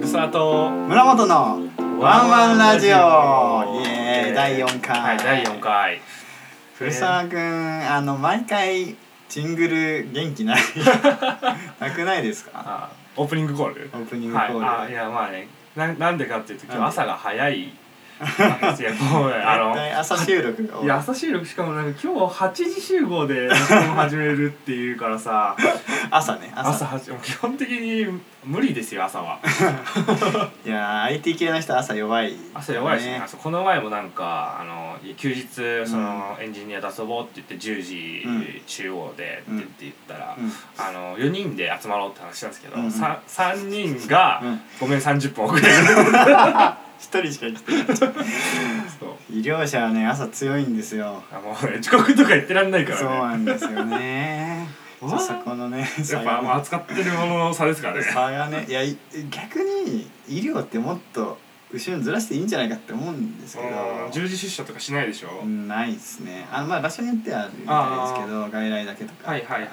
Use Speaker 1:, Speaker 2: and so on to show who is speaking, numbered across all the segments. Speaker 1: くさと
Speaker 2: 村本のワンワンラジオイエーイ第4回
Speaker 1: はい第4回
Speaker 2: 古澤くんあの毎回ジングル元気 ないなくないですか
Speaker 1: あオープニングコール
Speaker 2: オープニングコ
Speaker 1: はい
Speaker 2: ール、
Speaker 1: あいやまあねななんでかっていうと今
Speaker 2: なん
Speaker 1: 日
Speaker 2: で
Speaker 1: 朝が早いなんですよもうねあ
Speaker 2: 絶
Speaker 1: の
Speaker 2: 対朝収録が多
Speaker 1: いや朝収録しかもなんか今日8時集合で録音始めるっていうからさ
Speaker 2: 朝ね朝
Speaker 1: 朝8時もう基本的に無理ですよ朝はい
Speaker 2: やー IT 系の 人朝弱い、
Speaker 1: 朝弱いし、ね
Speaker 2: ね、
Speaker 1: この前もなんかあの休日その、エンジニア出そうって言って10時中央でって言って言ったら、
Speaker 2: うん
Speaker 1: あの4人で集まろうって話したんですけど、
Speaker 2: うんうん
Speaker 1: さ三 3, 人が、
Speaker 2: うん
Speaker 1: ごめん30分遅れる
Speaker 2: 一人しか来てない
Speaker 1: そう
Speaker 2: 医療者はね朝強いんですよ
Speaker 1: あもうね遅刻とか言ってらんないから
Speaker 2: そう
Speaker 1: ね
Speaker 2: なんです よね
Speaker 1: うわ
Speaker 2: そこのね
Speaker 1: や
Speaker 2: 差
Speaker 1: っぱ
Speaker 2: が
Speaker 1: もう扱ってるものの差ですからね
Speaker 2: 差がねいやい逆に医療ってもっと後ろにずらしていいんじゃないかって思うんですけ
Speaker 1: うん
Speaker 2: ど
Speaker 1: 10時出社とかしないでしょ、
Speaker 2: うんないですねあのまあ場所によってはあるみたいですけど外来だけとか、
Speaker 1: はいはいはい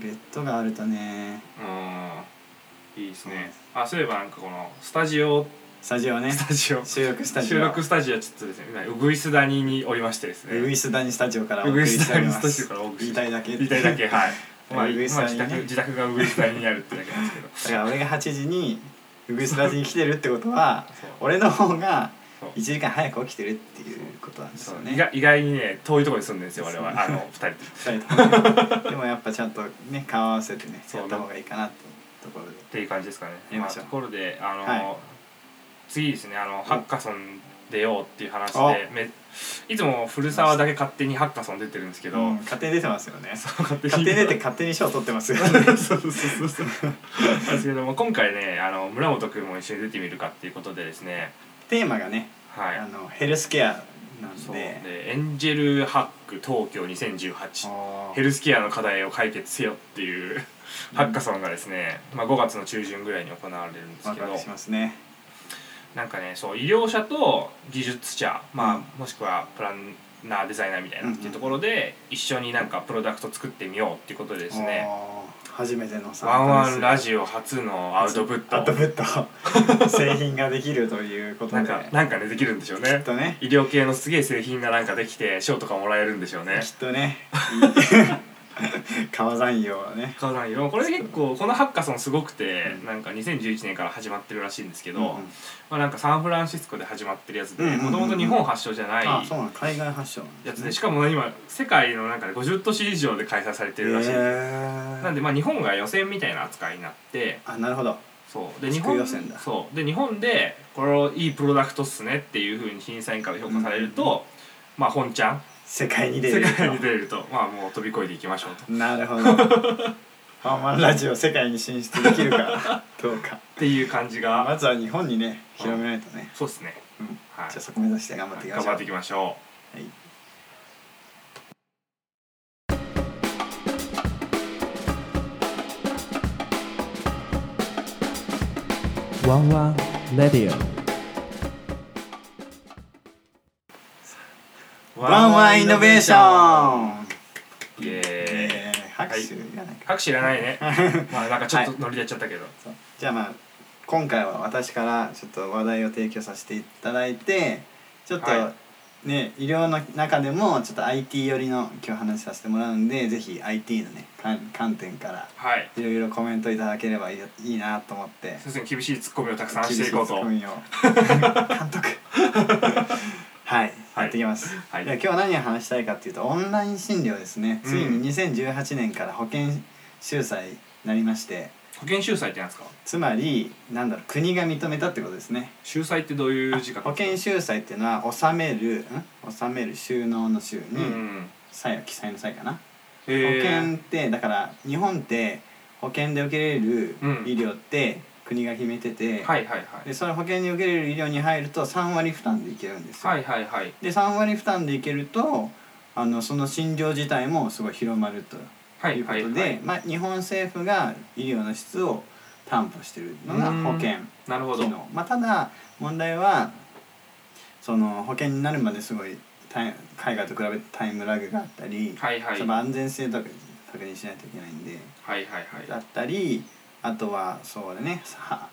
Speaker 2: ベッドがあるとね
Speaker 1: うんいいですねあそういえばなんかこのスタジオ
Speaker 2: スタジオね
Speaker 1: スタジオ
Speaker 2: 収録スタジオ
Speaker 1: 収録スタジオちょっとですね今ウグイスダニにおりましてですね
Speaker 2: ウグイ
Speaker 1: ス
Speaker 2: スダニスタジオから
Speaker 1: ウグイスダニ
Speaker 2: お送りして
Speaker 1: スタジオからお
Speaker 2: おり
Speaker 1: 送りして
Speaker 2: ます言いたいだけ
Speaker 1: 言いたいだけはいまあ、
Speaker 2: ウグイス
Speaker 1: まあ
Speaker 2: ダニ
Speaker 1: 自
Speaker 2: ね
Speaker 1: 宅自宅がウグイスダニにあるってだけなんですけど
Speaker 2: だから俺が8時にウグイスダニに来てるってことは
Speaker 1: そう
Speaker 2: 俺の方が
Speaker 1: そう
Speaker 2: 1時間早く起きてるっていうことなんです
Speaker 1: そ
Speaker 2: よ
Speaker 1: う
Speaker 2: ね
Speaker 1: 意外意外にね遠いところに住んでるんですよ我々あの二人と
Speaker 2: 二人ともねでもやっぱちゃんとね顔合わせてね
Speaker 1: そう
Speaker 2: やった方がいいかなってところで
Speaker 1: っていう感じですか ね
Speaker 2: やりましょう
Speaker 1: あところであの、
Speaker 2: はい
Speaker 1: 次ですねあのハッカソン出ようっていう話
Speaker 2: お
Speaker 1: でめいつも古澤だけ勝手にハッカソン出てるんですけど、
Speaker 2: うん勝手に出てますよね
Speaker 1: そう勝手に
Speaker 2: 勝手に出て勝手に賞取ってます よ
Speaker 1: そうそうそうそうなんですけども今回ねあの村本君も一緒に出てみるかっていうことでですね
Speaker 2: テーマがね
Speaker 1: はい
Speaker 2: あのヘルスケアなん
Speaker 1: そう
Speaker 2: で
Speaker 1: でエンジェルハック東京2018
Speaker 2: あー
Speaker 1: ヘルスケアの課題を解決せよっていうハッカソンがですね、まあ、5月の中旬ぐらいに行われるんです
Speaker 2: ワ
Speaker 1: け
Speaker 2: ク
Speaker 1: ど
Speaker 2: ワクしますね
Speaker 1: なんかねそう医療者と技術者、
Speaker 2: う
Speaker 1: ま
Speaker 2: ん
Speaker 1: あ、もしくはプランナーデザイナーみたいなっていうところで一緒になんかプロダクト作ってみようっていうことでですね
Speaker 2: あー初めてのさ
Speaker 1: ワンワンラジオ初のアウトプット
Speaker 2: アウトプッ ト製品ができるということ
Speaker 1: な
Speaker 2: で
Speaker 1: んかなんかねできるんでしょう
Speaker 2: き
Speaker 1: ね
Speaker 2: っとね
Speaker 1: 医療系のすげえ製品がなんかできて賞とかもらえるんでしょうね
Speaker 2: きっとね川山陽はね
Speaker 1: 買わないよこれ結構このハッカソンすごくて、なんか2011年から始まってるらしいんですけど、
Speaker 2: うんうん
Speaker 1: まあ、なんかサンフランシスコで始まってるやつで
Speaker 2: うんうんうんう
Speaker 1: も
Speaker 2: ん
Speaker 1: ともと日本発祥じゃない
Speaker 2: あそうなの海外発祥なん
Speaker 1: やつ
Speaker 2: ね
Speaker 1: でしかも今世界のなんか50都市以上で開催されてるらしい、
Speaker 2: へー
Speaker 1: なんでまあ日本が予選みたいな扱いになって
Speaker 2: あなるほど
Speaker 1: そうで日本
Speaker 2: 地区予選だ
Speaker 1: そうで日本でこれいいプロダクトっすねっていうふうに審査員から評価されると、
Speaker 2: うんうん
Speaker 1: まあ本ちゃん
Speaker 2: 世界に出
Speaker 1: 世
Speaker 2: る
Speaker 1: 界に出れるとまあもう飛び越えていきましょうと。
Speaker 2: なるほどワンマンラジオ世界に進出できるかど うか
Speaker 1: っていう感じが、
Speaker 2: まずは日本にね広めないとね、
Speaker 1: そうですね、
Speaker 2: うん
Speaker 1: はい
Speaker 2: じゃあそこ目指して頑張っていきま
Speaker 1: 頑
Speaker 2: しょう
Speaker 1: 張っていきましょ
Speaker 2: はい、
Speaker 1: うワンワンレディオ
Speaker 2: ワンワンイノベーション
Speaker 1: ンイエーイ
Speaker 2: えー、拍手がないか、
Speaker 1: 拍手いらないねまあなんかちょっとノリでやっちゃったけど、
Speaker 2: そうじゃあまあ今回は私からちょっと話題を提供させていただいてちょっと、
Speaker 1: は
Speaker 2: ね、医療の中でもちょっと IT 寄りの今日話させてもらうんでぜひ IT のね観観点から
Speaker 1: はい
Speaker 2: いろいろコメントいただければいいいいなと思って
Speaker 1: 先生に厳しいツッコミをたくさんしていこうと
Speaker 2: 厳しいツッ コミを監督はい、
Speaker 1: はい
Speaker 2: やっていきます、
Speaker 1: はい
Speaker 2: で今日何を話したいかっていうとオンライン診療ですね、
Speaker 1: うん
Speaker 2: ついに2018年から保険収載になりまして
Speaker 1: 保険秀才ってなんですか
Speaker 2: つまりなんだろう国が認めたってことですね
Speaker 1: 秀才ってどういう字書く
Speaker 2: 保険収載っていうのは納めるん納める収納の収に
Speaker 1: うんうん
Speaker 2: 債は記載の際かな、
Speaker 1: へ
Speaker 2: 保
Speaker 1: ー
Speaker 2: 険ってだから日本って保険で受けれる医療って国が決めてて、
Speaker 1: はいはいはい
Speaker 2: でその保険に受けれる医療に入ると3割負担でいけるんですよ、
Speaker 1: はいはいはい
Speaker 2: で3割負担でいけるとあのその診療自体もすごい広まると
Speaker 1: はいいう
Speaker 2: こ
Speaker 1: は
Speaker 2: と
Speaker 1: い
Speaker 2: で、
Speaker 1: はい
Speaker 2: まあ、日本政府が医療の質を担保してるのが保険
Speaker 1: なるほど
Speaker 2: 機能、まあ、ただ問題はその保険になるまですごいタイ海外と比べてタイムラグがあったり、
Speaker 1: はいはい
Speaker 2: その安全性とか確認しないといけないんで。
Speaker 1: はいはいはい
Speaker 2: だったりあとはそうだねは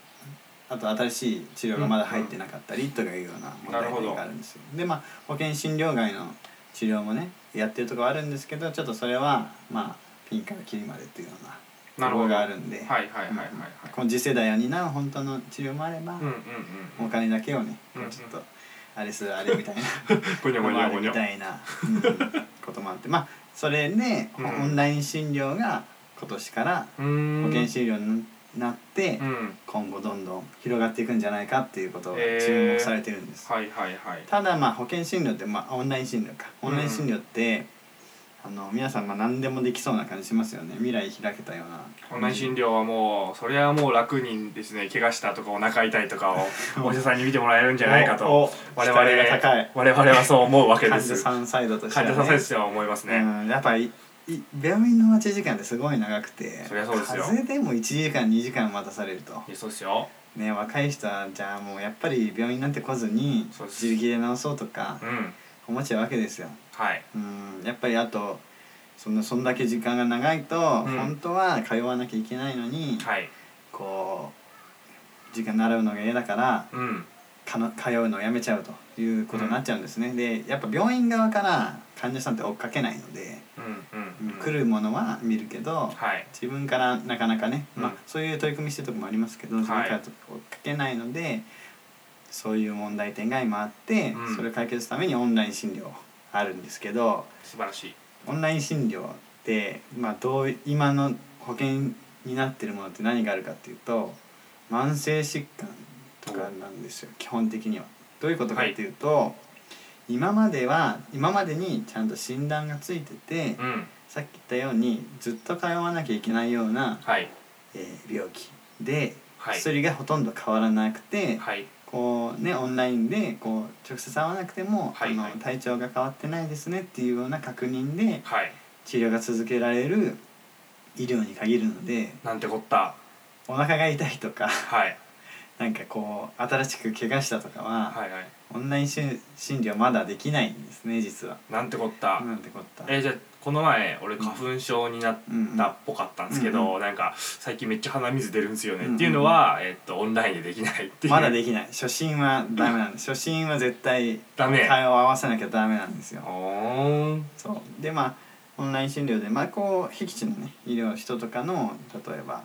Speaker 2: あと新しい治療がまだ入ってなかったりとかいうような問題
Speaker 1: なるほ
Speaker 2: 点
Speaker 1: ど
Speaker 2: があるんですよ。でまあ保険診療外の治療もねやってるとこはあるんですけどちょっとそれはまあピンからキリまでっていうような
Speaker 1: なる
Speaker 2: とこ
Speaker 1: ほど
Speaker 2: ろが
Speaker 1: は
Speaker 2: あ
Speaker 1: い
Speaker 2: るんで、
Speaker 1: はいはいはいはい
Speaker 2: うんこの次世代を担う本当の治療もあれば、
Speaker 1: うんうんう
Speaker 2: お
Speaker 1: ん
Speaker 2: 金だけをね
Speaker 1: うん
Speaker 2: こうちょっとあれするあれ みたいな
Speaker 1: ごにゃごにゃごに
Speaker 2: み
Speaker 1: ゃ
Speaker 2: たいな、うんこともあってまあそれで、
Speaker 1: うん
Speaker 2: オンライン診療が今年から
Speaker 1: うーん
Speaker 2: 保険診療になって、
Speaker 1: うん
Speaker 2: 今後どんどん広がっていくんじゃないかっていうことを
Speaker 1: えー
Speaker 2: 注目されてるんです、
Speaker 1: はいはいはい
Speaker 2: ただまあ保険診療って、まあ、オンライン診療かオンライン診療って、あの皆さんまあ何でもできそうな感じしますよね未来開けたような
Speaker 1: オンライン診療はもうそれはもう楽にですね怪我したとかお腹痛いとかをお医者さんに見てもらえるんじゃないか
Speaker 2: お
Speaker 1: と
Speaker 2: お
Speaker 1: 我々
Speaker 2: 期待が高い
Speaker 1: 我々はそう思うわけで
Speaker 2: 患
Speaker 1: す
Speaker 2: 者さんサイドとして
Speaker 1: 患
Speaker 2: はね、
Speaker 1: 者さんとしては思いますね、
Speaker 2: うん、やっぱいい病院の待ち時間ってすごい長くて
Speaker 1: そりゃそうですよ
Speaker 2: 風邪でも1時間2時間待たされると
Speaker 1: いやそうですよ
Speaker 2: ね若い人はじゃあもうやっぱり病院なんて来ずに
Speaker 1: そうです
Speaker 2: 自力で治そうとか
Speaker 1: うん
Speaker 2: 思っちゃうわけですよ
Speaker 1: はい
Speaker 2: うんやっぱりあとそんなそんだけ時間が長いと、
Speaker 1: ん
Speaker 2: 本当は通わなきゃいけないのに、
Speaker 1: はい
Speaker 2: こう時間習うのが嫌だから
Speaker 1: うん
Speaker 2: かの通うのをやめちゃうということになっちゃうんですね、でやっぱ病院側から患者さんって追っかけないので、
Speaker 1: うんうん、うん、
Speaker 2: 来るものは見るけど、
Speaker 1: はい
Speaker 2: 自分からなかなかね、
Speaker 1: うん
Speaker 2: まあ、そういう取り組みしてるとこもありますけど自分からと追っかけないので、そういう問題点が今あって、
Speaker 1: うん
Speaker 2: それを解決するためにオンライン診療あるんですけど
Speaker 1: 素晴らしい
Speaker 2: オンライン診療って、まあ、どう今の保険になってるものって何があるかっていうと慢性疾患とかなんですよ基本的には。どういうことかっていうと、今までは今までにちゃんと診断がついてて。
Speaker 1: うん
Speaker 2: さっき言ったようにずっと通わなきゃいけないような、
Speaker 1: はい
Speaker 2: えー病気で
Speaker 1: はい
Speaker 2: 薬がほとんど変わらなくて、
Speaker 1: はい
Speaker 2: こうねオンラインでこう直接会わなくても、
Speaker 1: はいはい
Speaker 2: あの体調が変わってないですねっていうような確認で
Speaker 1: はい
Speaker 2: 治療が続けられる医療に限るので
Speaker 1: なんてこった
Speaker 2: お腹が痛いとか
Speaker 1: はい
Speaker 2: なんかこう新しく怪我したとかは、
Speaker 1: はいはい
Speaker 2: オンライン診診療まだできないんですね実は。
Speaker 1: なんてこった、
Speaker 2: なんてこった。
Speaker 1: えーじゃあこの前俺花粉症になっ
Speaker 2: うんうん
Speaker 1: たっぽかったんですけど、
Speaker 2: うん
Speaker 1: なんか最近めっちゃ鼻水出るんですよね、
Speaker 2: うんうん
Speaker 1: っていうのは、えーっとオンラインでできないっていう
Speaker 2: まだできない初心はダメなんです初心は絶対
Speaker 1: ダメ
Speaker 2: 会話を合わせなきゃダメなんですよ
Speaker 1: おーん
Speaker 2: そうでまあオンライン診療でまあこう僻地のね医療の人とかの例えば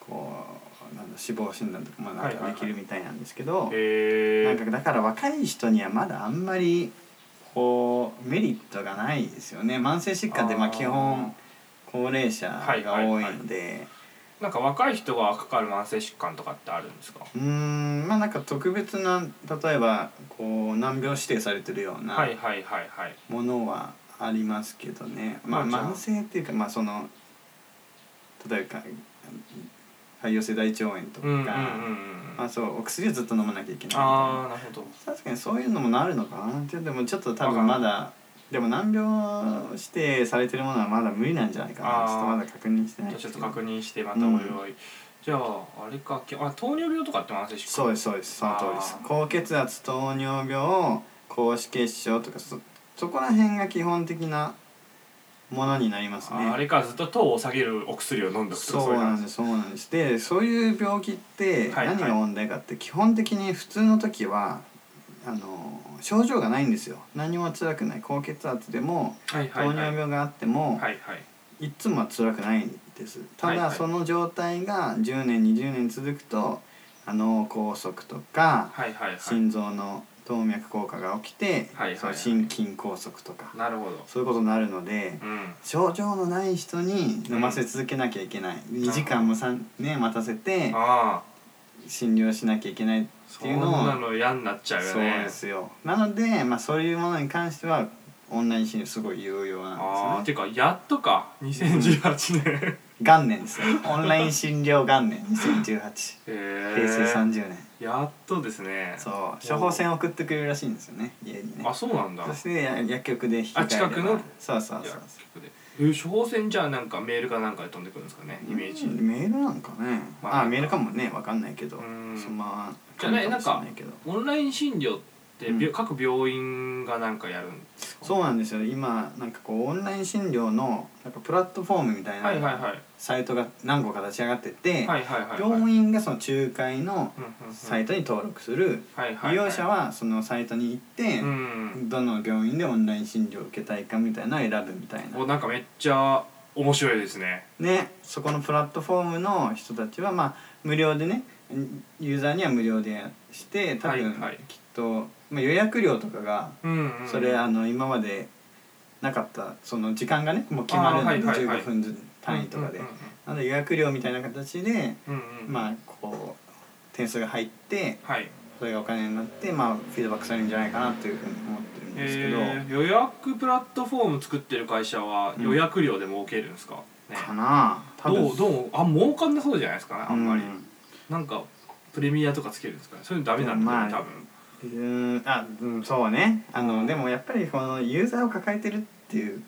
Speaker 2: こうなんだ死亡診断とかもなん
Speaker 1: はいはい
Speaker 2: か
Speaker 1: は
Speaker 2: で
Speaker 1: い
Speaker 2: きるみたいなんですけど、
Speaker 1: え
Speaker 2: なんかだから若い人にはまだあんまりこうメリットがないですよね慢性疾患ってまあ
Speaker 1: あー
Speaker 2: 基本高齢者が
Speaker 1: はいはい
Speaker 2: 多
Speaker 1: はいい
Speaker 2: ので、
Speaker 1: なんか若い人がかかる慢性疾患とかってあるんですか
Speaker 2: うーんまあなんか特別な例えばこう難病指定されてるような、
Speaker 1: はいはいはいはい
Speaker 2: ものはありますけどねまあ
Speaker 1: まあじゃあ
Speaker 2: 慢性っていうかまあその例えば潰瘍性大腸炎とか、
Speaker 1: うんうんうんうん
Speaker 2: まあ、そうお薬をずっと飲まなきゃいけないみたい
Speaker 1: あ
Speaker 2: な
Speaker 1: あなるほど
Speaker 2: 確かにそういうのもなるのかなってでもちょっと多
Speaker 1: わか
Speaker 2: 分
Speaker 1: ん
Speaker 2: まだでも難病指定されてるものはまだ無理なんじゃないかな
Speaker 1: あー
Speaker 2: ちょっとまだ確認してない
Speaker 1: じゃあ
Speaker 2: です
Speaker 1: ちょっ
Speaker 2: け
Speaker 1: と
Speaker 2: ど
Speaker 1: 確認してまたおいおい、じゃああれかきあ糖尿病とかって慢性疾患
Speaker 2: そうですそうですその通りです
Speaker 1: あー
Speaker 2: 高血圧糖尿病高脂血症とかそそこら辺が基本的なものになりますね
Speaker 1: ああれかずっと糖を下げるお薬を飲んどくとか
Speaker 2: そう
Speaker 1: い
Speaker 2: なん
Speaker 1: 感
Speaker 2: で
Speaker 1: じ
Speaker 2: すそうなんですでそういう病気って
Speaker 1: はいはい
Speaker 2: 何が問題かって基本的に普通の時はあの症状がないんですよ何も辛くない高血圧でも
Speaker 1: はい
Speaker 2: 糖
Speaker 1: はい
Speaker 2: 尿
Speaker 1: はい
Speaker 2: 病があっても、
Speaker 1: はいはい
Speaker 2: い、つもは辛くないんですた
Speaker 1: はい
Speaker 2: だ
Speaker 1: はい
Speaker 2: その状態が10年20年続くとあの梗塞とか
Speaker 1: はいはいはい
Speaker 2: 心臓の動脈硬化が起きて、
Speaker 1: はいはいはい
Speaker 2: その心筋梗塞とか
Speaker 1: なるほど
Speaker 2: そういうことになるので、
Speaker 1: うん
Speaker 2: 症状のない人に飲ませ続けなきゃいけない、2時間も3ね待たせて
Speaker 1: ああ
Speaker 2: 診療しなきゃいけないって
Speaker 1: そ
Speaker 2: い
Speaker 1: ん
Speaker 2: うのを
Speaker 1: なの嫌になっちゃうよ
Speaker 2: そう
Speaker 1: ね
Speaker 2: ですよなので、まあ、そういうものに関してはオンライン診療すごい有用
Speaker 1: あ
Speaker 2: なん
Speaker 1: あ
Speaker 2: です
Speaker 1: て
Speaker 2: よね
Speaker 1: かやっとか2018年
Speaker 2: 元年ですねオンライン診療元年2018
Speaker 1: へえ
Speaker 2: 平成30年
Speaker 1: やっとですね
Speaker 2: そう処方箋送ってくれるらしいんですよね家にね
Speaker 1: あそうなんだ
Speaker 2: そしてや薬局で引き換えれば
Speaker 1: あ近くの
Speaker 2: そうそ
Speaker 1: い
Speaker 2: うそう
Speaker 1: やえー処方箋じゃあなんかメールかなんかで飛んでくるんですかねイメージ
Speaker 2: うんメールなんかね、
Speaker 1: まあ
Speaker 2: あ、メールかもねわかんないけど
Speaker 1: うん
Speaker 2: そのまま
Speaker 1: じゃあねなんか
Speaker 2: もしれいけど
Speaker 1: オンライン診療っで、
Speaker 2: うん
Speaker 1: びょ各病院がなんかやるんですか
Speaker 2: そうなんですよ今なんかこうオンライン診療のなんかプラットフォームみたい
Speaker 1: はいはい
Speaker 2: な
Speaker 1: はい
Speaker 2: サイトが何個か立ち上がってて、
Speaker 1: はいはいはい
Speaker 2: 病院がその仲介の
Speaker 1: うんうんうん
Speaker 2: サイトに登録する、
Speaker 1: はいはいはい
Speaker 2: 利用者はそのサイトに行って、
Speaker 1: うん
Speaker 2: どの病院でオンライン診療を受けたいかみたいなのを選ぶみたいな
Speaker 1: おなんかめっちゃ面白いですね
Speaker 2: ねそこのプラットフォームの人たちはまあ無料でねユーザーには無料でして多分
Speaker 1: はいはい
Speaker 2: きっと、まあ、予約料とかが
Speaker 1: うん、うん、
Speaker 2: それあの今までなかったその時間がねもう決まるので、
Speaker 1: あーはいはいはい
Speaker 2: 15分ずつ単位とかで、
Speaker 1: うん
Speaker 2: なので予約料みたいな形で、
Speaker 1: うんうんうんうん、
Speaker 2: まあこう点数が入って
Speaker 1: あはい
Speaker 2: それがお金になって、まあ、フィードバックされるんじゃないかなというふうに思ってるんですけど、
Speaker 1: えー、予約プラットフォーム作ってる会社は
Speaker 2: うん
Speaker 1: 予約料で儲けるんですか、ね
Speaker 2: かな多分
Speaker 1: どうどうあ儲かんなそうじゃないですかねあんまり、
Speaker 2: うん
Speaker 1: なんかプレミアとかつけるんですかねそういうのダメなんだよね、
Speaker 2: まあ
Speaker 1: 多分
Speaker 2: うーんあうんそうねあのでもやっぱりこのユーザーを抱えてるっていう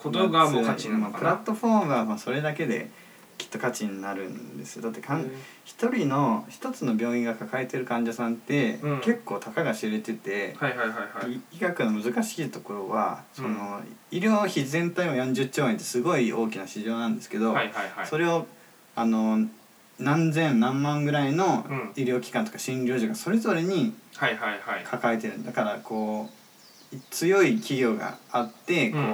Speaker 1: ことがもう価値なの
Speaker 2: まあ
Speaker 1: か
Speaker 2: プラ
Speaker 1: な
Speaker 2: ッ、トフォームはまあそれだけできっと価値になるんですよだってかん、
Speaker 1: へー
Speaker 2: 一人の一つの病院が抱えてる患者さんって、
Speaker 1: うん
Speaker 2: 結構たかが知れてて、
Speaker 1: はいはいはいはい
Speaker 2: い医学の難しいところはその、
Speaker 1: うん
Speaker 2: 医療費全体も40兆円ってすごい大きな市場なんですけど、
Speaker 1: はいはいはい
Speaker 2: それをあの何千何万ぐらいの
Speaker 1: うん
Speaker 2: 医療機関とか診療所がそれぞれに
Speaker 1: はいはいはい
Speaker 2: 抱えてるだからこう強い企業があってこう、
Speaker 1: うん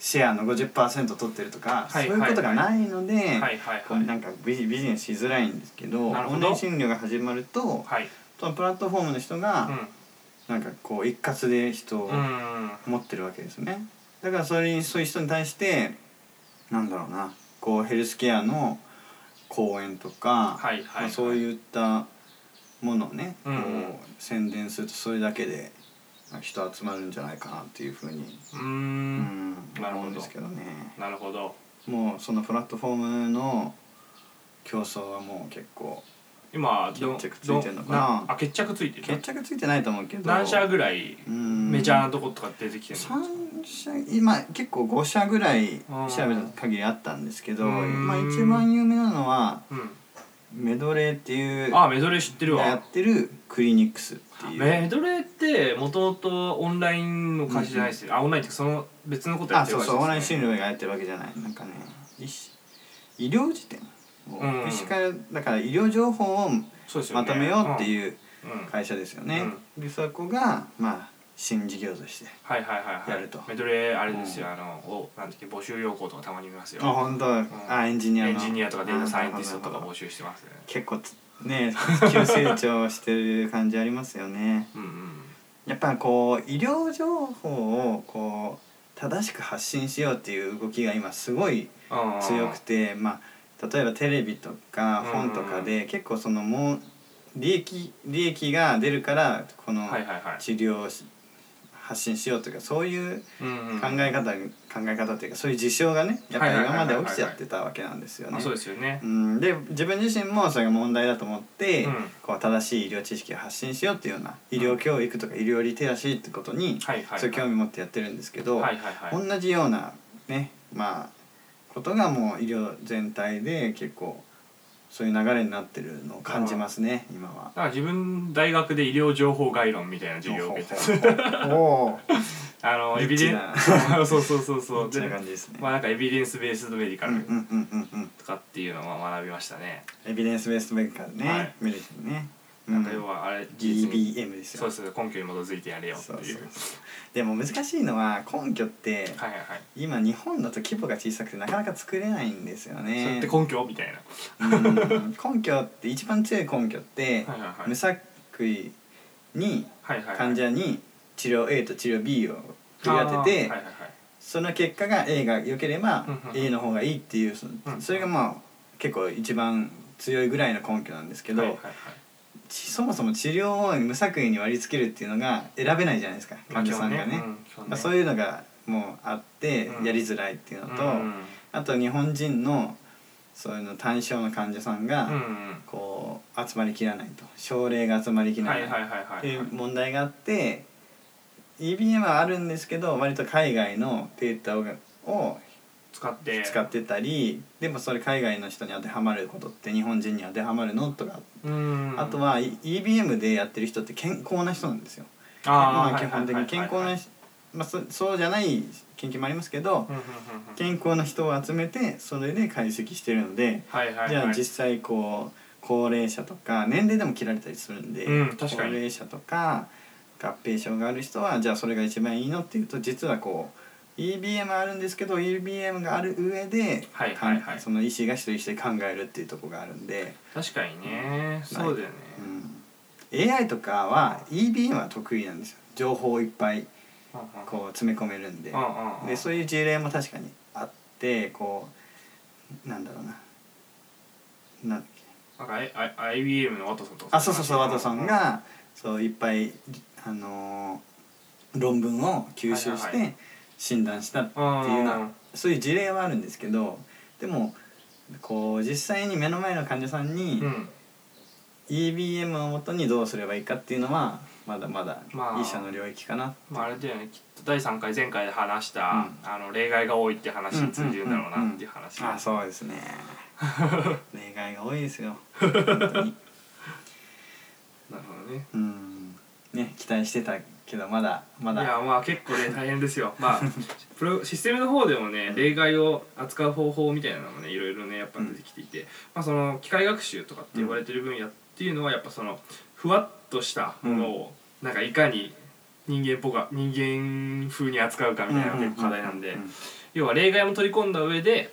Speaker 2: シェアの50%取ってるとか、
Speaker 1: はい
Speaker 2: そういうことがないので、
Speaker 1: はいはい
Speaker 2: こ
Speaker 1: は
Speaker 2: う
Speaker 1: い
Speaker 2: なんかビジビジネスしづらいんですけど
Speaker 1: なるほど
Speaker 2: オンライン診療が始まると
Speaker 1: はい
Speaker 2: そのプラットフォームの人
Speaker 1: う
Speaker 2: が、
Speaker 1: ん
Speaker 2: なんかこう一括で人を
Speaker 1: うん
Speaker 2: 持ってるわけですね。だからそれにそういう人に対してなんだろうなこうヘルスケアの講演とか、
Speaker 1: はいはいはい
Speaker 2: まあ、そういったものをね、
Speaker 1: うんうん
Speaker 2: こう宣伝するとそれだけでまあ人集まるんじゃないかなっていうふうに、
Speaker 1: うー
Speaker 2: うんん、
Speaker 1: なるほど
Speaker 2: 思うんですけどね
Speaker 1: なるほど
Speaker 2: もうそのプラットフォームの競争はもう結構
Speaker 1: 今ど
Speaker 2: 決着ついてんのかな
Speaker 1: どあ決着ついて
Speaker 2: 決
Speaker 1: る
Speaker 2: 着ついてないと思うけど
Speaker 1: 何社ぐらい
Speaker 2: うん
Speaker 1: メジャーなとことか出てきてるんです
Speaker 2: 3社今結構5社ぐらい調べた限りあったんですけど、
Speaker 1: うん
Speaker 2: まあ、一番有名なのは
Speaker 1: かうん
Speaker 2: メドレーっていう
Speaker 1: あメドレー知ってる
Speaker 2: や
Speaker 1: わ
Speaker 2: ってるクリニックスっていう
Speaker 1: メドレーってもともとオンラインの会社じゃないですよ、あオンラインっていうかその別のことや
Speaker 2: あ
Speaker 1: ってる
Speaker 2: そ
Speaker 1: 会社
Speaker 2: うそうオンライン診
Speaker 1: ね
Speaker 2: 療がやってるわけじゃないなんかね医師医療辞典を
Speaker 1: うん
Speaker 2: 医師からだから医療情報を
Speaker 1: そうですよ
Speaker 2: ま
Speaker 1: ね
Speaker 2: とめようって
Speaker 1: う、
Speaker 2: いう
Speaker 1: うんうんはい
Speaker 2: 会社ですよね、でそこがまあ新事業として
Speaker 1: はいはいはい
Speaker 2: やると
Speaker 1: メドレーあれですよ、あのおなんだっけ募集要項とかたまに見ますよ
Speaker 2: あ本当、あエンジニアの
Speaker 1: エンジニアとかデータサイエンティストとか
Speaker 2: あなるほどなるほど
Speaker 1: 募集してますね
Speaker 2: 結構つね急成長してる感じありますよね
Speaker 1: うんうん
Speaker 2: やっぱこう医療情報をこう正しく発信しようっていう動きが今すごい
Speaker 1: あー
Speaker 2: 強くてまあ例えばテレビとか
Speaker 1: うん
Speaker 2: 本とかで結構そのもう利益利益が出るからこの
Speaker 1: はいはいはい
Speaker 2: 治療をし発信しようというかそういう
Speaker 1: うんうん
Speaker 2: 考え方、考え方というかそういう事象がねやっぱり
Speaker 1: はいはい
Speaker 2: 今
Speaker 1: はいは
Speaker 2: ま
Speaker 1: いはい
Speaker 2: で起きちゃってたわけなんですよね
Speaker 1: あ。そうですよね
Speaker 2: うん、で自分自身もそれが問題だと思って、
Speaker 1: うん
Speaker 2: こう正しい医療知識を発信しようっていうような医療教育とか医療リテラシーってことに、
Speaker 1: はいはいはい
Speaker 2: そういう興味持ってやってるんですけど、
Speaker 1: はいはいはい
Speaker 2: 同じようなねまあことがもう医療全体で結構そういう流れになってるのを感じますね今は。
Speaker 1: なんか自分大学で医療情報概論みたいな授業を受けて
Speaker 2: おー
Speaker 1: あの
Speaker 2: ニ
Speaker 1: エ
Speaker 2: ッ
Speaker 1: ビ
Speaker 2: チ
Speaker 1: デン
Speaker 2: な
Speaker 1: そうそうそう
Speaker 2: こ
Speaker 1: そ
Speaker 2: っ
Speaker 1: う
Speaker 2: ちな
Speaker 1: で
Speaker 2: 感じですね。
Speaker 1: まあなんかエビデンスベースドメディカ
Speaker 2: うんう
Speaker 1: ル
Speaker 2: んうんうんうん。
Speaker 1: とかっていうのをまあ学びましたね、
Speaker 2: エビデンスベースメディカルね、
Speaker 1: はい
Speaker 2: メディシンね。
Speaker 1: なんか要はあれ事実に
Speaker 2: DBM ですよ。
Speaker 1: そうです根拠に基づいてやれよって
Speaker 2: そ
Speaker 1: いうう
Speaker 2: そうそうでも難しいのは根拠って
Speaker 1: はいはいはい、
Speaker 2: 今日本だと規模が小さくてなかなか作れないんですよ
Speaker 1: それっ
Speaker 2: ね
Speaker 1: て。根拠みたいな
Speaker 2: うん根拠って一番強い根拠って
Speaker 1: はいはいはい
Speaker 2: 無作為に
Speaker 1: はいはい
Speaker 2: 患者に治療 A と治療 B を振り当てて
Speaker 1: あーはいはいはい
Speaker 2: その結果が A が良ければ
Speaker 1: うんうん
Speaker 2: A の方がいいっていうそ
Speaker 1: うんうん
Speaker 2: それがまあ結構一番強いぐらいの根拠なんですけど、
Speaker 1: はいはいはい
Speaker 2: ちそもそも治療を無作為に割り付けるっていうのが選べないじゃないですか
Speaker 1: まあ
Speaker 2: 患者さんが
Speaker 1: 基
Speaker 2: ね。
Speaker 1: 本基本
Speaker 2: まあ、そういうのがもうあって
Speaker 1: うん
Speaker 2: やりづらいっていうのと、
Speaker 1: うんうん
Speaker 2: あと日本人のそういうの単症の患者さん
Speaker 1: うん
Speaker 2: が
Speaker 1: うん
Speaker 2: こう集まりきらないと症例が集まりきら
Speaker 1: は
Speaker 2: ないい
Speaker 1: はいはいは
Speaker 2: って
Speaker 1: い
Speaker 2: い
Speaker 1: は
Speaker 2: う
Speaker 1: い
Speaker 2: 問題があって EBM はあるんですけど割と海外のデータをを
Speaker 1: 使って
Speaker 2: 使ってたりでもそれ海外の人に当てはまることって日本人に当てはまるのとか
Speaker 1: うん
Speaker 2: あとは E- EBM でやってる人って健康な人なんですよ。
Speaker 1: あ
Speaker 2: まあ、基本的に健康な、まあ、そそうじゃない研究もありますけど、健康な人を集めてそれで解析してるので、
Speaker 1: はいはいはい
Speaker 2: じゃあ実際こう高齢者とか年齢でも切られたりするんで、
Speaker 1: うん確かに
Speaker 2: 高齢者とか合併症がある人はじゃあそれが一番いいのっていうと実はこう EBM あるんですけど EBM がある上で、
Speaker 1: はいはいはい
Speaker 2: その医師が一人一人考えるっていうところがあるんで、
Speaker 1: 確かにね、そうだよね、
Speaker 2: うん AI とかは EBM は得意なんですよ情報をいっぱい
Speaker 1: うんうん
Speaker 2: こう詰め込めるんで。
Speaker 1: うんうん
Speaker 2: でそういう事例も確かにあってこうなんだろうななんだっけ
Speaker 1: なんかあいあい IBM のワトソンとか
Speaker 2: あそうそうそうワトソンがそういっぱい、あのー論文を吸収し
Speaker 1: はいはいは
Speaker 2: て診断したっていう
Speaker 1: うんうん
Speaker 2: のはそういう事例はあるんですけどでもこう実際に目の前の患者さんに
Speaker 1: うん
Speaker 2: EBM をもとにどうすればいいかっていうのはまだまだ
Speaker 1: まあ
Speaker 2: 医者の領域かな
Speaker 1: まあ、あれだよねきっと第3回前回で話した、
Speaker 2: う
Speaker 1: あの例外が多いって話に通じるんだろうなっていう話、
Speaker 2: あそうです ね例外が多いですよ本当に
Speaker 1: なるほどね
Speaker 2: うんね期待してたけどまだま
Speaker 1: い
Speaker 2: だ
Speaker 1: やまあ結構ね大変 ですよまあプロシステムの方でもね例外を扱う方法みたいなのもねいろいろねやっぱ出てきていて、まあその機械学習とかって呼ばれてる分野っていうのはやっぱそのふわっとしたものをなんかいかに人間っぽが人間風に扱うかみたいなのが結構課題なんで、
Speaker 2: うん
Speaker 1: 要は例外も取り込んだ上で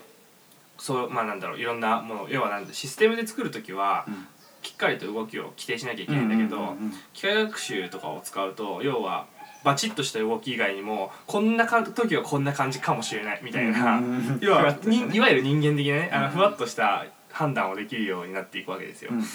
Speaker 1: そうまあなんだろういろんなもの要はなんだシステムで作る時は
Speaker 2: うん
Speaker 1: きっかりと動きを規定しなきゃいけないんだけど、
Speaker 2: うんうんうんうん
Speaker 1: 機械学習とかを使うと要はバチッとした動き以外にもこんなか時はこんな感じかもしれないみたいな、
Speaker 2: うんうんうん
Speaker 1: 要は
Speaker 2: ふわっとした
Speaker 1: に
Speaker 2: ね
Speaker 1: いわゆる人間的なねあの
Speaker 2: うん
Speaker 1: ふわっとした判断をできるようになっていくわけですよ、
Speaker 2: うん
Speaker 1: だ
Speaker 2: うん
Speaker 1: か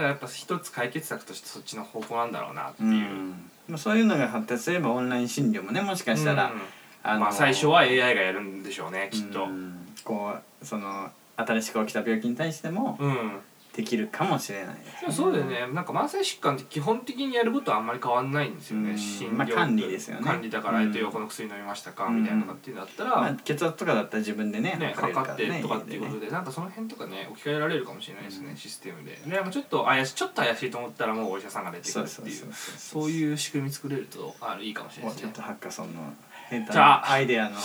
Speaker 1: らやっぱ一つ解決策としてそっちの方向なんだろうなって
Speaker 2: う
Speaker 1: いう、
Speaker 2: んまあそういうのが発達すればオンライン診療もねもしかしたら、
Speaker 1: うん
Speaker 2: あの
Speaker 1: まあ最初は AI がやるんでしょうねきっと
Speaker 2: う。んこうその新しく起きた病気に対しても
Speaker 1: うん
Speaker 2: できるかもしれない
Speaker 1: でもそうだよね、なんか慢性疾患って基本的にやることはあんまり変わんないんですよね、
Speaker 2: うん
Speaker 1: 診
Speaker 2: まあ管理ですよね
Speaker 1: 管理だから、
Speaker 2: うん
Speaker 1: えっとこの薬飲みましたか、みたいなのがっていうんだったら、
Speaker 2: まあ、血圧とかだったら自分でね
Speaker 1: ね、
Speaker 2: 測
Speaker 1: か
Speaker 2: れ
Speaker 1: か
Speaker 2: る
Speaker 1: っ
Speaker 2: ら
Speaker 1: て
Speaker 2: ね
Speaker 1: とかっていうこ
Speaker 2: 家
Speaker 1: と
Speaker 2: でね
Speaker 1: でなんかその辺とかね置き換えられるかもしれないですね、
Speaker 2: うん
Speaker 1: システムででなんかちょっと怪しちょっと怪しいと思ったらもうお医者さんが出てく
Speaker 2: そ
Speaker 1: る
Speaker 2: う
Speaker 1: ってい
Speaker 2: そう
Speaker 1: う
Speaker 2: そう
Speaker 1: そういう仕組み作れるとあのいいかもしれ
Speaker 2: も
Speaker 1: な
Speaker 2: う
Speaker 1: いで
Speaker 2: ち
Speaker 1: すね
Speaker 2: ょっとハッカソンの変
Speaker 1: じゃ
Speaker 2: な
Speaker 1: あ
Speaker 2: アイデアの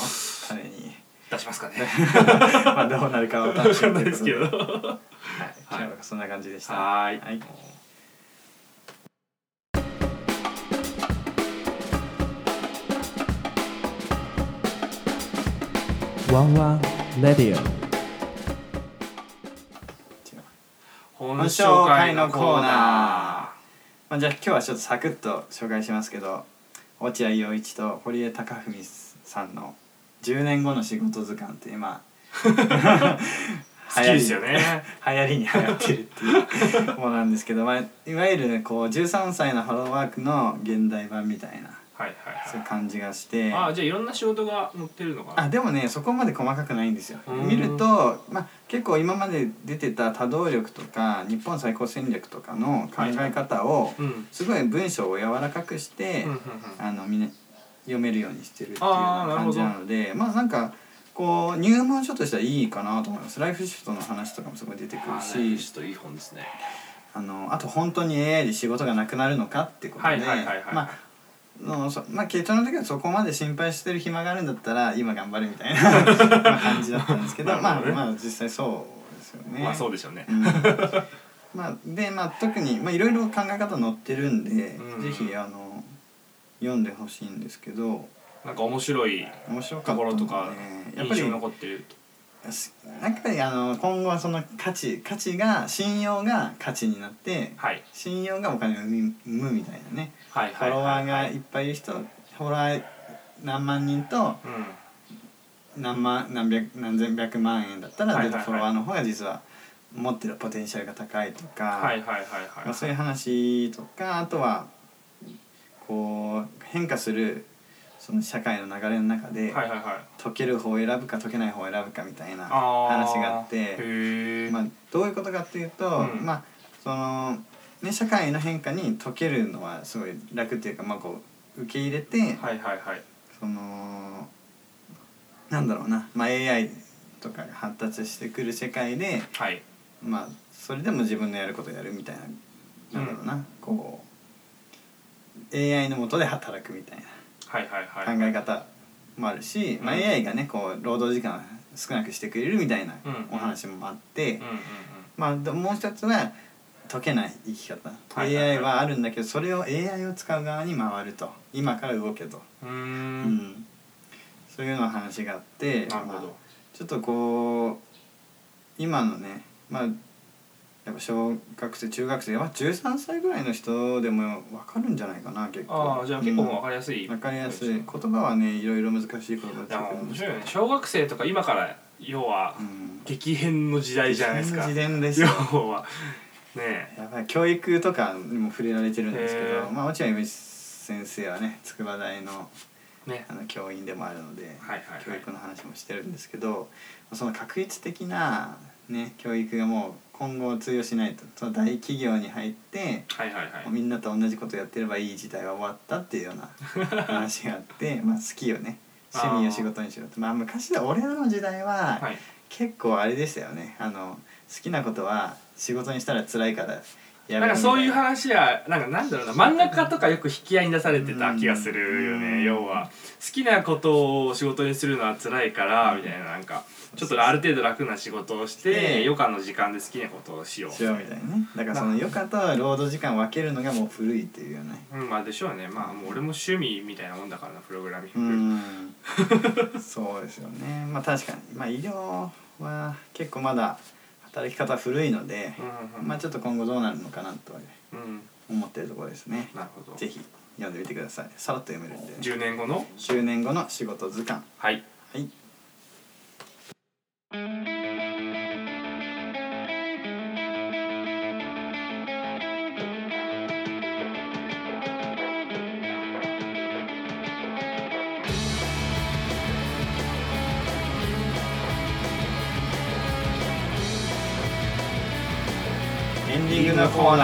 Speaker 2: 彼に
Speaker 1: 出しますかね
Speaker 2: まあどうなるかは 楽
Speaker 1: 分
Speaker 2: し
Speaker 1: か
Speaker 2: み
Speaker 1: ん
Speaker 2: と
Speaker 1: な
Speaker 2: い
Speaker 1: いで
Speaker 2: うこと
Speaker 1: すけどは
Speaker 2: はい、今日はそんな感じでした。
Speaker 1: ーい
Speaker 2: はい
Speaker 3: ワンワンレディオ
Speaker 1: 本紹介のコーナ
Speaker 2: まあ、じゃあ今日はちょっとサクッと紹介しますけど落合陽一と堀江貴文さんの「10年後の仕事図鑑」っていうまあ
Speaker 1: ー好きですよね
Speaker 2: 流行りに流行ってるっていうものなんですけど、まあ、いわゆるこう13歳のハローワークの現代版みたいな
Speaker 1: はいはい
Speaker 2: そういう
Speaker 1: は
Speaker 2: 感じがして
Speaker 1: いあーじゃあいろんな仕事が載ってるのかな
Speaker 2: あでもねそこまで細かくないんですよ
Speaker 1: うん
Speaker 2: 見ると、まあ、結構今まで出てた多動力とか日本最高戦略とかの考え方を
Speaker 1: うんうんうん
Speaker 2: すごい文章を柔らかくして、
Speaker 1: うん
Speaker 2: あのみんな読めるようにしてるっていうよう
Speaker 1: あー
Speaker 2: な
Speaker 1: なる
Speaker 2: 感
Speaker 1: ほ
Speaker 2: じ
Speaker 1: ど
Speaker 2: なのでまあなんかこう入門書としてはいいかなと思いますライフシフトの話とかもすごい出てく
Speaker 1: あ
Speaker 2: る
Speaker 1: ーライフ
Speaker 2: し
Speaker 1: シフトいい本ですね
Speaker 2: あのあと本当に AI で仕事がなくなるのかってこと
Speaker 1: は
Speaker 2: で
Speaker 1: いはいはいはい
Speaker 2: まあのそまあ傾聴の時はそこまで心配してる暇があるんだったら今頑張るみたい なまあ感じだったんですけど
Speaker 1: なるほどね
Speaker 2: まあまあ実際そうですよね。
Speaker 1: まあそうでしょうね
Speaker 2: うんまあでまあ特にまあいろいろ考え方載ってるんで、
Speaker 1: うん
Speaker 2: ぜひあの読んでほしいんですけど
Speaker 1: なんか面白い
Speaker 2: 面白
Speaker 1: と
Speaker 2: かった
Speaker 1: こ
Speaker 2: の
Speaker 1: ろ
Speaker 2: で
Speaker 1: とか
Speaker 2: やっぱ
Speaker 1: 印象
Speaker 2: り
Speaker 1: に残ってると
Speaker 2: すやっぱりあの今後はその価値価値が信用が価値になって
Speaker 1: はい
Speaker 2: 信用がお金を生み生むみたいなね
Speaker 1: はい
Speaker 2: フ
Speaker 1: は
Speaker 2: ォ
Speaker 1: い
Speaker 2: ロ
Speaker 1: は
Speaker 2: ワ
Speaker 1: い
Speaker 2: ー
Speaker 1: は
Speaker 2: が
Speaker 1: い
Speaker 2: いっぱいいる人フォロワー何万人と
Speaker 1: うん
Speaker 2: 何万何百何千百万円だったら
Speaker 1: はいは
Speaker 2: 出
Speaker 1: い
Speaker 2: た
Speaker 1: はい
Speaker 2: フォロワーの方が実は持ってるポテンシャルが高いとか、
Speaker 1: はいはいはいはい
Speaker 2: まあ、そういう話とかあとはこう変化するその社会の流れの中で、
Speaker 1: はいはいはい
Speaker 2: 解ける方を選ぶか解けない方を選ぶかみたいな
Speaker 1: あー
Speaker 2: 話があっ
Speaker 1: へ
Speaker 2: て
Speaker 1: え、
Speaker 2: まあ、どういうことかっていうと、
Speaker 1: うん
Speaker 2: まあそのね、社会の変化に解けるのはすごい楽っていうか、まあ、こう受け入れて、
Speaker 1: はいはいはい
Speaker 2: そのなんだろうな、まあ、AI とかが発達してくる世界で、
Speaker 1: はい
Speaker 2: まあ、それでも自分のやることをやるみたいななんだろうな、こう AI のもとで働くみたいな
Speaker 1: はいはいはい
Speaker 2: 考え方もあるし、まあ、
Speaker 1: うん
Speaker 2: AI がねこう労働時間を少なくしてくれるみたいな
Speaker 1: うん
Speaker 2: お話もあって、
Speaker 1: うんうんうん
Speaker 2: まあ、でもう一つは解けない生き方、
Speaker 1: はいはいはい
Speaker 2: AI はあるんだけどそれを AI を使う側に回ると今から動けと、
Speaker 1: うー
Speaker 2: うんんそういうの話があって
Speaker 1: なるほ
Speaker 2: まあ
Speaker 1: ど
Speaker 2: ちょっとこう今のねまあやっぱ小学生中学生は13歳ぐらいの人でも分かるんじゃないかな結構
Speaker 1: ああじゃあ結構もう分かりやす
Speaker 2: う
Speaker 1: い
Speaker 2: ん分かりやすい
Speaker 1: で
Speaker 2: 言葉はねいろいろ難しい言葉出てく
Speaker 1: も
Speaker 2: るん
Speaker 1: 面
Speaker 2: です
Speaker 1: 白いよね小学生とか今から要は
Speaker 2: うん
Speaker 1: 激変の時代じゃないですか
Speaker 2: 自然です
Speaker 1: 要
Speaker 2: よ
Speaker 1: はね
Speaker 2: やばい教育とかにも触れられてるんですけ
Speaker 1: へ
Speaker 2: ど
Speaker 1: ー
Speaker 2: まあ落合由先生はね筑波大の
Speaker 1: えね
Speaker 2: あの教員でもあるので、
Speaker 1: はいはいはい
Speaker 2: 教育の話もしてるんですけどその確率的な、ね、教育がもう今後通用しないとその大企業に入って
Speaker 1: はいはいはい
Speaker 2: もうみんなと同じことやってればいい時代は終わったっていうような 話があってまあ好きよね趣味を仕事にしろとまあ昔だ俺らの時代は、
Speaker 1: はい
Speaker 2: 結構あれでしたよねあの好きなことは仕事にしたら辛いからやめる
Speaker 1: なんかそういう
Speaker 2: みたな
Speaker 1: 話はなんかなんだろうな漫画家とかよく引き合いに出されてた気がするよ
Speaker 2: うん
Speaker 1: ね要は好きなことを仕事にするのは辛いからみたいななんかちょっとある程度楽な仕事をし
Speaker 2: で
Speaker 1: て余暇の時間で好きなことをしよう
Speaker 2: しようみたいなねだからその余暇と労働時間を分けるのがもう古いっていうよね
Speaker 1: うんまあでしょうねまあもう俺も趣味みたいなもんだからなプログラミ
Speaker 2: う
Speaker 1: ング
Speaker 2: んそうですよねまあ確かにまあ医療は結構まだ働き方古いので
Speaker 1: う、んうん
Speaker 2: まあちょっと今後どうなるのかなとは
Speaker 1: うん
Speaker 2: 思ってるところですね
Speaker 1: なるほど
Speaker 2: ぜひ読んでみてくださいさらっと読めるんで、ね、
Speaker 1: 10年後の
Speaker 2: 10年後の仕事図鑑
Speaker 1: はい
Speaker 2: はいエンディングのコーナー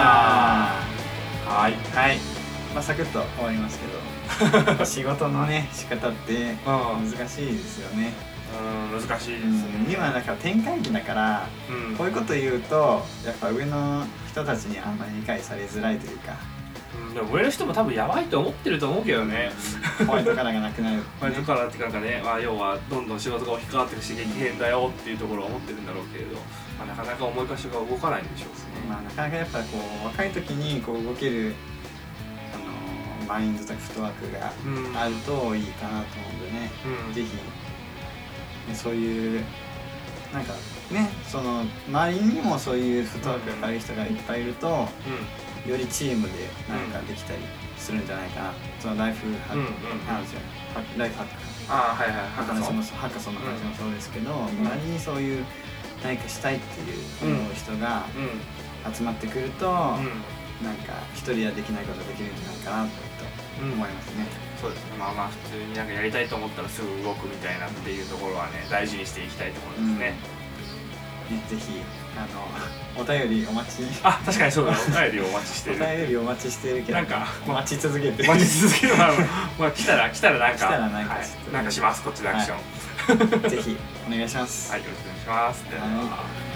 Speaker 1: はい
Speaker 2: はい、 まあ、サクッと終わりますけど仕事のね仕方って
Speaker 1: うん
Speaker 2: 難しいですよね、
Speaker 1: うん難しいで
Speaker 2: う
Speaker 1: す
Speaker 2: ん、
Speaker 1: ね
Speaker 2: 今なんか転換期だから
Speaker 1: うん
Speaker 2: こういうこと言うとやっぱ上の人たちにあんまり理解されづらいというか
Speaker 1: うんでも上の人も多分やばいと思ってると思うけどね
Speaker 2: ホワイトカラーがなくなる、ね、
Speaker 1: 割とからってなんかね、まあ、要はどんどん仕事が置き換わっていくし激変だよっていうところは思ってるんだろうけれど、まあ、なかなか重い箇所が動かないんでしょうしね、
Speaker 2: まあ、なかなかやっぱこう若い時にこう動ける、あのーマインドとかフットワークが
Speaker 1: うん
Speaker 2: あるといいかなと思うんでね、
Speaker 1: うん
Speaker 2: ぜひ、ねそういうなんかねその周りにもそういうフットワークが軽い人がいっぱいいるとよりチームでなんかできたりするんじゃないかなそのライフハッ
Speaker 1: うんうん
Speaker 2: クなんですよハックライフハック
Speaker 1: ああはいはい
Speaker 2: ハッカ
Speaker 1: 博士
Speaker 2: ソン
Speaker 1: も
Speaker 2: もハッカソンの話もそうですけど、周りにそういう何かしたいっていう思う人が
Speaker 1: うんうん
Speaker 2: 集まってくると、なんか一人ではできないことができるんじゃないかなと
Speaker 1: うん
Speaker 2: 思いますね、
Speaker 1: そうですねまあまあ普通になんかやりたいと思ったらすぐ動くみたいなっていうところはね大事にしていきたいところですね、
Speaker 2: ねぜひあのお便りお待ち
Speaker 1: あ確かにそうだお便りをお待ちしてる
Speaker 2: お便りお待ちしてるけど
Speaker 1: なんか
Speaker 2: 待ち続けて
Speaker 1: 待ち続けるまあ、まあ、来たら来たらなんか
Speaker 2: 来たらなんか
Speaker 1: はい
Speaker 2: ちょっと
Speaker 1: なんかしますこっちのアクションは
Speaker 2: ぜひお願いします、
Speaker 1: い、よろしくお願いしますでは
Speaker 2: は